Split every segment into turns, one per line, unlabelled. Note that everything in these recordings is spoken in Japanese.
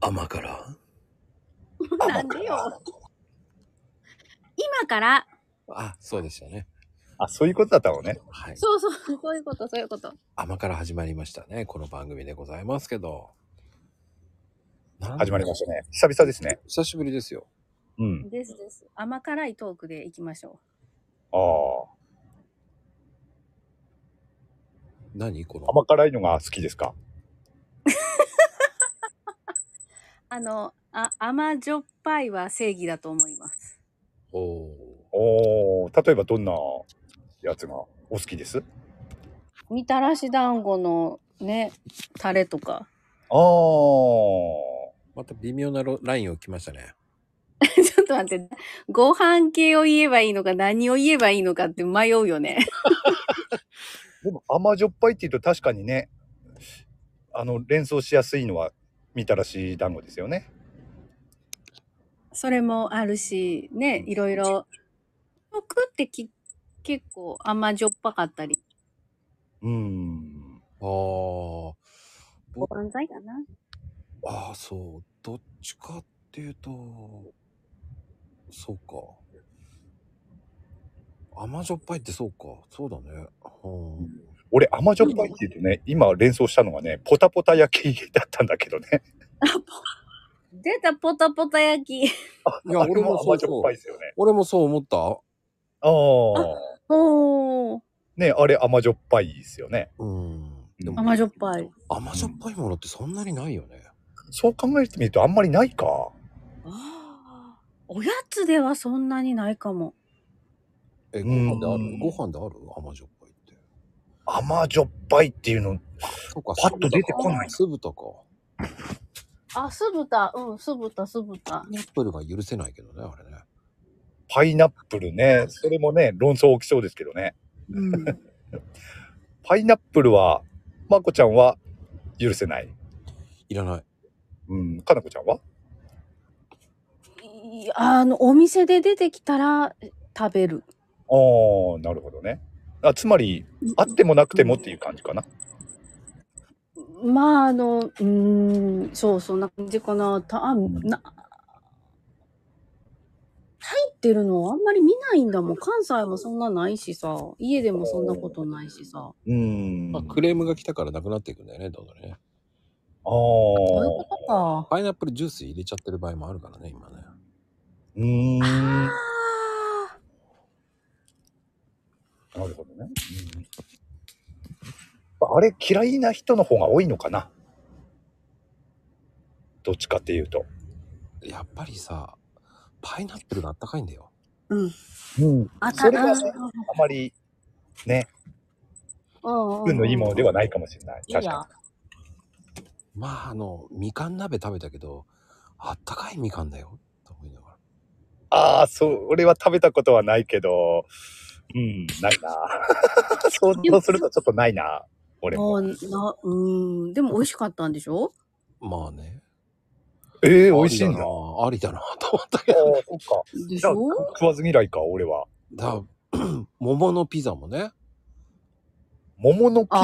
甘から。
なんでよ。今から、
あ、そうでしたね。
あ、そういうことだったのね。
はい。
そうそう、そういうこと、そういうこと。
甘から始まりましたね。この番組でございますけど。
始まりま
し
したね。久々ですね
た。。久しぶりですよ。
うん。
ですです。甘辛いトークでいきましょ
ああ。
何この。
甘辛いのが好きですか
う。あの、あ甘じょっぱいは正義だと思います。
おお
おー、例えばどんなやつがお好きです
みたらし団子のね、タレとか。
ああ。
ー。また微妙なロラインを来ましたね。
ちょっと待って、ご飯系を言えばいいのか何を言えばいいのかって迷うよね。
でも甘じょっぱいって言うと確かにね、あの、連想しやすいのはみたらし団子ですよね。
それもあるし、ね、いろいろ。僕ってき結構甘じょっぱかったり。
うん。
あー
おばんざいかな。
ああ、そう。どっちかっていうと、そうか。甘じょっぱいってそうか。そうだね。うん。
俺甘じょっぱいって言うとね、今連想したのがね、ポタポタ焼きだったんだけどね。
出たポタポタ焼き。
いや、
あれ
俺もそう
甘じょっ
そ。
ぱいうですよね。
俺もそう思った。
ああ。
おー。
ね、あれ甘じょっぱいですよね。
うん。でも、
甘じょっぱい。
甘じょっぱいものってそんなにないよね。
そう考えてみるとあんまりないか。
ああ。おやつではそんなにないかも。
え、ご
うん
飯であるご飯である甘じょっぱいって。
甘じょっぱいっていうの、
そうか
パッと出てこない
酢豚か。
あ、酢豚。うん、酢豚、酢豚
パ。イナップルが許せないけどね、あれね。
パイナップルね。それもね、論争起きそうですけどね。
うん。
パイナップルは、まこちゃんは許せない。
いらない。
うん、かなこちゃんはい
やあの、お店で出てきたら食べる。
ああ、なるほどね。あつまり、あってもなくてもっていう感じかな。
まあ、あの、うーん、そう、そんな感じかな。た、あ、な、入ってるのあんまり見ないんだもん。関西もそんなないしさ。家でもそんなことないしさ。
うん。
ま
あ
あ、クレームが来たからなくなっていくんだよね、どんどんね。
あ
そういう
ー、
ことか。
パイナップルジュース入れちゃってる場合もあるからね、今ね。
うーん。な
あ
るほどね。うんあれ嫌いな人の方が多いのかなどっちかっていうと。
やっぱりさ、パイナップルがあったかいんだよ。
ーうん。
うん。
あた
それがね
うん
あまり
うんうん
運のいいものではないかもしれない。
いい
確
や
か
まあ、あの、みかん鍋食べたけど、あったかいみかんだよ。と思いながら。
に。ああ、そう、俺は食べたことはないけど、うん、ない な。想像するとちょっとないな。俺も。
もうな、うーん、でも美味しかったんでしょ
まあね。
ええ美味しいんだ。
ありだ
あ
なありだなと思った
あ
けど。
ー、そっか。
でし
じゃあ、
ょ
食わず嫌いか、俺は。
だ 桃のピザもね。
桃のピザ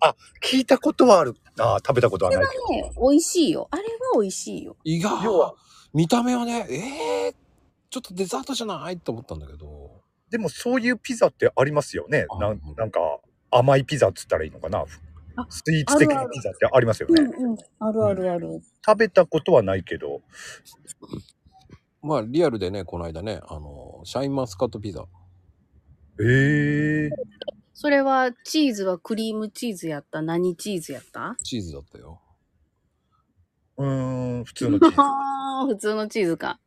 あ。
あ聞いたことはある。ああ、食べたことはないけど。
ね、美味しいよ。あれは美味しいよ。
意
要は
外、見た目はね、えー、ちょっとデザートじゃないと思ったんだけど。
でも、そういうピザってありますよね。な
あ
んなんか、甘いピザっつったらいいのかな
あ。
スイーツ的
あるあ
な
る
ピザってありますよ
う
ね。
んうん。あるあるある。
食べたことはないけど。
まあ、リアルでね、この間ね、あの、シャインマスカットピザ。
ええ
それは、チーズはクリームチーズやった何チーズやった
チーズだったよ。
うーん、普通の チーズ。
ああ、普通のチーズか。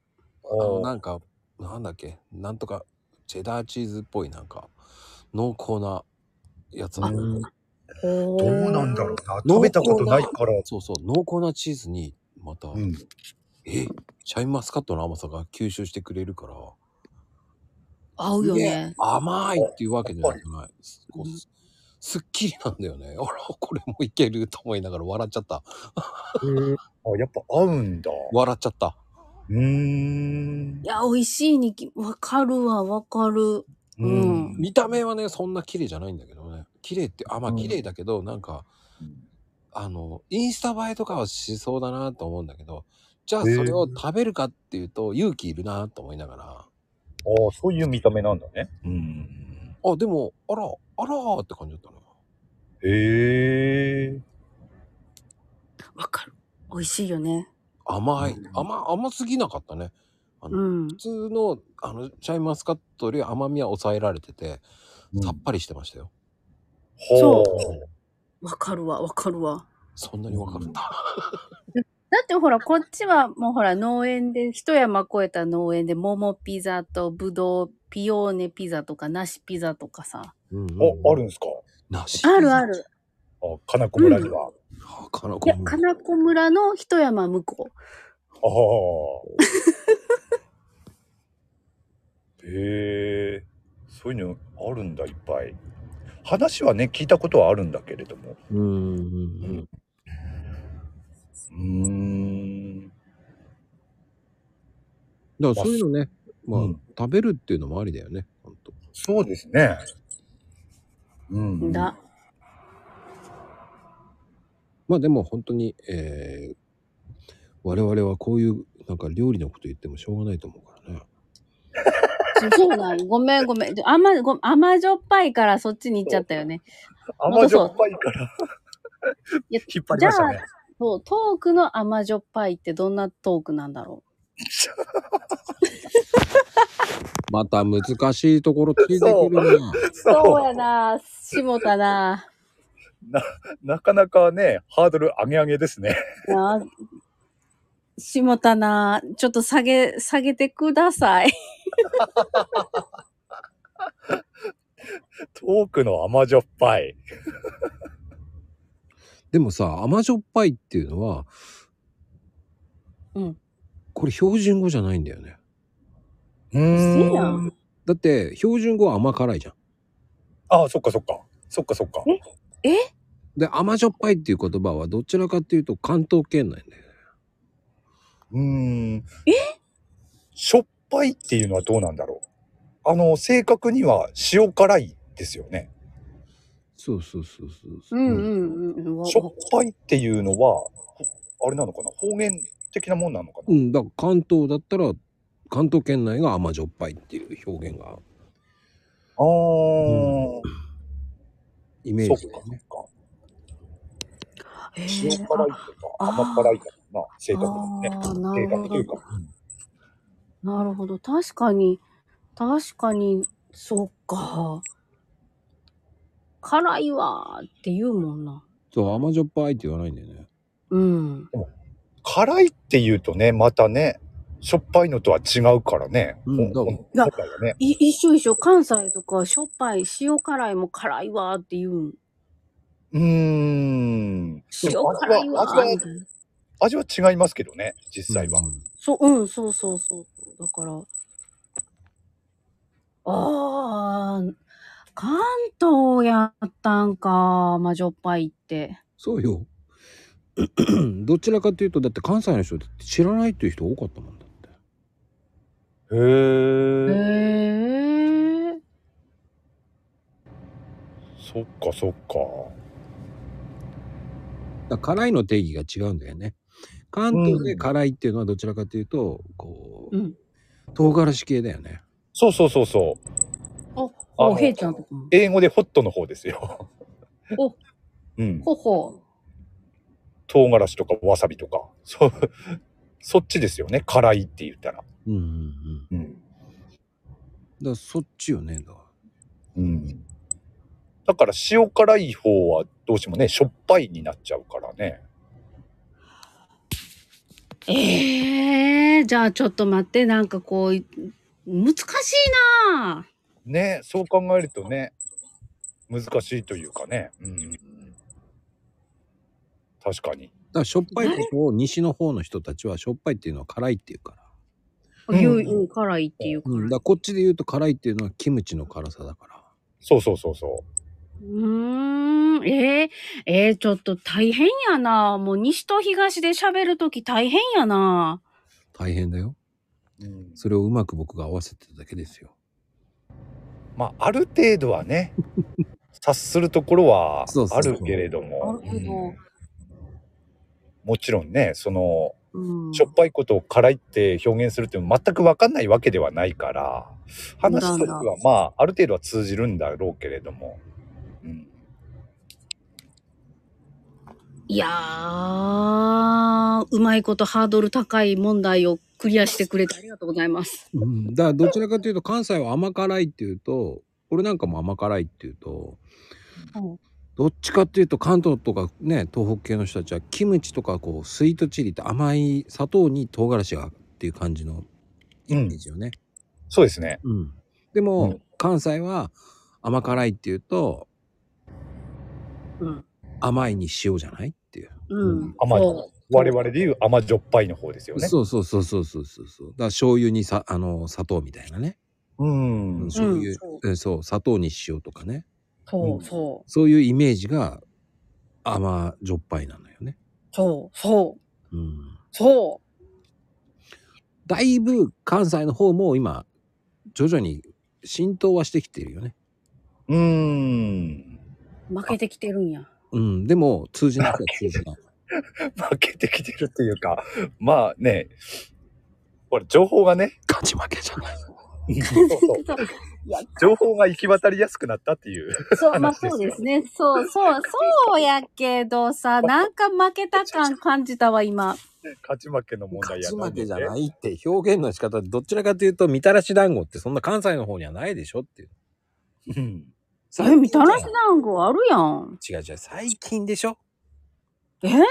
あの、
おー
なんか、なんだっけ、なんとか、チェダーチーズっぽい、なんか、濃厚なやつなんだけど
うん
ど
どうなんだろうな。
濃厚な
食べたことないから。
そうそう、濃厚なチーズに、また、
うん。
え、シャインマスカットの甘さが吸収してくれるから、
合うよ
ね
ね。
甘いっていうわけじゃなくない。すこうすすっきりなんだよね。あら、これもいけると思いながら笑っちゃった。
あ、やっぱ合うんだ。
笑っちゃった。
うーん
い。や、美味しいにき、わかるわ、わかる。
う
うん
ん。
見た目はね、そんな綺麗じゃないんだけどね。綺麗って、あ、まあ
うん
綺麗だけど、なんか、あの、インスタ映えとかはしそうだなと思うんだけど、じゃあそれを食べるかっていうと勇気いるなと思いながら、
ああ、そういう見た目なんだね。
うん。あ、でも、あら、あらーって感じだったな。
へえ。
わかる。美味しいよね。
甘い
うん。
甘、甘すぎなかったね。
うん
普。通の、あの、シャインマスカットより甘みは抑えられてて、さっぱりしてましたよ。
ほ
そうわかるわ、わかるわ。
そんなにわかるんだ。
だってほら、こっちはもうほら、農園で、一山越えた農園で、桃ピザと、ぶどう、ピオーネピザとか、梨ピザとかさ。
うんうん
う。あ、あるんですか
梨。
あるあ。る。
あ、金子村には。
あかない
や、金子村の一山向こう。
ああ。へえ。そういうのあるんだ、いっぱい。話はね、聞いたことはあるんだけれども。
うんうん
うーん。
うん。だからそういうのね、まあ、
うん
食べるっていうのもありだよね。本当。
そうですね。うん。
だ。
まあでも本当に、えー、我々はこういう、なんか料理のこと言ってもしょうがないと思うからね。
そうそうなの。ごめんごめん。甘、ご甘じょっぱいからそっちに行っちゃったよね。
甘じょっぱいから。
いや
引っ張りました
じ
ね。
そう、トークの甘じょっぱいってどんなトークなんだろ
また難しいところついてくるな。
う。そうやな下田な
なかなかね、ハードル上げ上げですね。
な下田なちょっと下げ、下げてください。
トークの甘じょっぱい。
でもさ、甘じょっぱいっていうのは、
うん。
これ標準語じゃないんだよね。
う
せやん。
だって、標準語は甘辛いじゃん。
ああ、そっかそっか。そっかそっか。
で、甘じょっぱいっていう言葉はどちらかっていうと関東圏内だよね。
うーん。えしょっぱいっていうのはどうなんだろう。あの、正確には塩辛いですよね。
そうそうそうそうそうう。
んうんうん。わ
しょっぱいっていうのは、あれなのかな方言的なもんなのか
う
な、
ん、だから関東だったら関東圏内が甘じょっぱいっていう表現が
ああ、
イメ
そ
ージ
っかそっ
だよね。
か。
え
塩辛い
ー
とか
あ
甘辛いとか、まあ、正確にね。
あーな
正
るほ
確というか
ど。。なるほど。確かに、確かに、そっか。辛いわーって言うもんな。
そう、甘じょっぱいって言わないんだよね。
うん。
辛いって言うとね、またね、しょっぱいのとは違うからね。
うん
ほ
だ
ん
か
本来はね。
い一緒一緒。関西とかしょっぱい、塩辛いも辛いわーって言うん。
うーん。
塩
でも味
辛いわ
は
ー
味
み
は
たいな。
味は違いますけどね、実際は。
うん
そう、うん、そうそうそう。だから。あー、関東やったんか。まあ、しょっぱいって。
そうよ。 どちらかというと、だって関西の人だって知らないっていう人多かったもんだって。
へ
へ
ー。
ー。
そっかそっか。
だから辛いの定義が違うんだよね。関東で辛いっていうのはどちらかというと、こ
うん。
う、唐辛子系だよね。
そうそうそうそう。
お、
あ
お、
の
へいちゃんとかも。
英語でホットの方ですよ。
お、
うん。
ほほ。
唐辛子とかわさびとか。そう。そっちですよね。辛いって言ったら。
うんうんうん。
うん。
だからそっちよね。だから
うん。だから塩辛い方はどうしてもね、しょっぱいになっちゃうからね。
ええー、じゃあちょっと待って、なんかこう、難しいなぁ
ねそう考えるとね難しいというかね、うん、確かに
だからしょっぱいことを西の方の人たちはしょっぱいっていうのは辛いっていうから。
うん
言う、言う辛いっていうか。
うん、だかららこっちで言うと辛いっていうのはキムチの辛さだから。
そうそうそうそう
ーん、ええええちょっと大変やなぁもう西と東で喋るとき大変やなぁ
大変だよ。
う、うん、
それをうまく僕が合わせてただけですよ。
まあある程度はね察するところは
そうそ
あ
うそう
るけれども
なるほど
うんもちろんね、その、
うん。
しょっぱいことを辛いって表現するっていうのは全く分かんないわけではないから話として
な
は
んだ
まあある程度は通じるんだろうけれども、うん、
いやー、うまいことハードル高い問題をクリアしてくれてありがとうございます。
うん、だからどちらかというと関西は甘辛いっていうと俺なんかも甘辛いっていうと、
うん
どっちかっていうと関東とかね東北系の人たちはキムチとかこうスイートチリって甘い砂糖に唐辛子がっていう感じの
う
イ
ん
メー、ジよね。
そうですね
うんでも、
うん
関西は甘辛いっていうと
うん。
甘いに塩じゃないっていう。
うん。
甘い
そ
我々でいう甘じょっぱいの方ですよね
そうそうそうそうそうそうそうだから醤油にさあの砂糖みたいなね、
う
うん
ん
醤油、
そ
うんそう砂糖に塩とかね
そうそう。
そういうイメージが甘じょっぱいなのよね。
そうそう。
うん、
そ
だいぶ関西の方も今徐々に浸透はしてきてるよね。
うん
う。負けてきてるんや。
うん、でも通じない人は通じない。
負けてきてるっていうかまあねこれ情報がね
勝ち負けじゃない。
そうそう情報が行き渡りやすくなったっていう
そう、まあ
話ですよ
そうですね。そうそう、そうやけ どさ、なんか負けた感感じたわ、今。
勝ち負けの問題
勝
や
ち負けじゃ
ないの
な
で
いって表現の仕方どちらかというとみたらし団子ってそんな関西の方にはないでしょっていう。
うん
え、みたらし団子あるやん。
違う違う最近でしょ
えこんな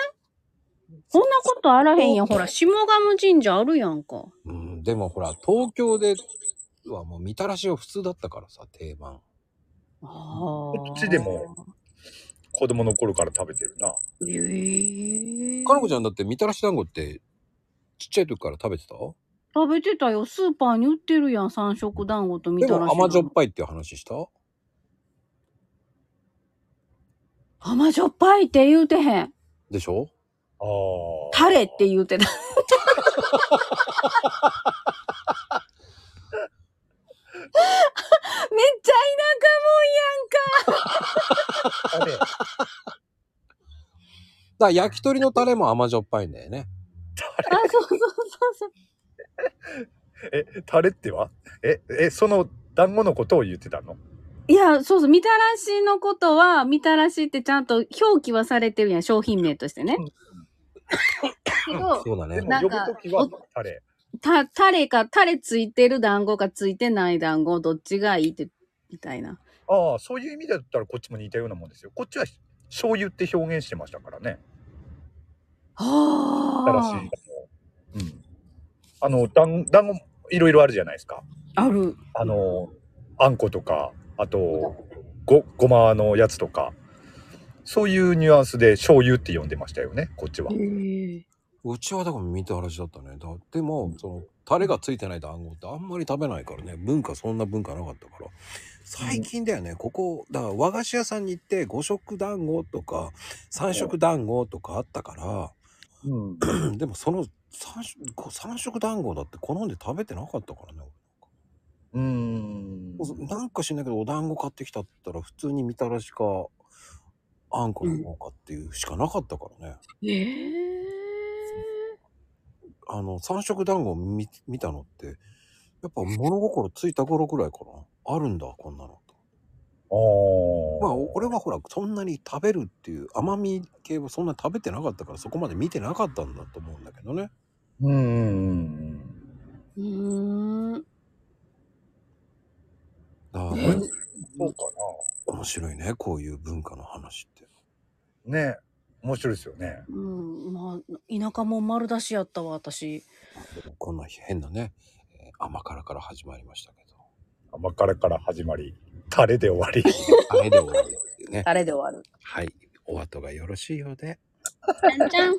ことあらへんやん。ほら、下鴨神社あるやんか。
うんでもほら東京ではもうみたらしは普通だったからさ定番。
ああ。
こっちでも。子供の頃から食べてるな
ええー。
かのこちゃんだってみたらし団子ってちっちゃい時から食べてた
食べてたよ。スーパーに売ってるやん。三色団子とみ
で
たらし団
も
子。
甘じょっぱいっていう話した
甘じょっぱいって言うてへん。
でしょ
ああ
タレって言 うてた。
だ
めっちゃ
タレ
から焼き鳥のタレも甘じょっぱいんだよね。
田舎もんやんか。あ、そうそうそうそう。
え、タレってはえ、え、その団子のことを言ってたの
いや、そうそう。みたらしのことは、みたらしってちゃんと表記はされてるやん。商品名としてね。けど、
そうだね
で。も
な
呼
ん
ぶ
か
ときはタレ。
た、タレか、タレついてる団子かついてない団子、どっちがいいって、みたいな。
ああ、そういう意味だったらこっちも似たようなもんですよ。こっちは醤油って表現してましたからね。たらし
は
うん。あの、団団子、いろいろあるじゃないですか。
あ。ある。
あの、あんことか、あと、ご、ごまのやつとか。そういうニュアンスで醤油って呼んでましたよね、こっちは
へ。え。
うちはだから見て話だったね。だでも、その、タレがついてない団子ってあんまり食べないからね。文化、そんな文化なかったから。最近だよね、ここ、だから和菓子屋さんに行って五色団子とか三色団子とかあったか
うん。
ら、でもその三色こ三色団子だって好んで食べてなかったからね。
うん。
なんか知んないけどお団子買ってきたって言ったら普通にみたらしかあんこの方かっていうしかなかったからね、
ええ。
あの三色団子を見見たのってやっぱ物心ついた頃ぐらいかなあるんだこんなのと
あ
まあ
あ。
お俺はほらそんなに食べるっていう甘み系をそんな食べてなかったからそこまで見てなかったんだと思うんだけどね
うんうんうん。
うーん。
ああ、
うん
そうか
面白いねこういう文化の話って
な。ね面白いですよね。
うん、まあ、田舎もん丸出しやったわ、私。
こんな変なねえー甘辛から始まりましたけど
甘辛から始まり、タレで終わり。
あ れで終わるっていうね
あれで終わる。
はいお後がよろしいようで
じゃんじゃん。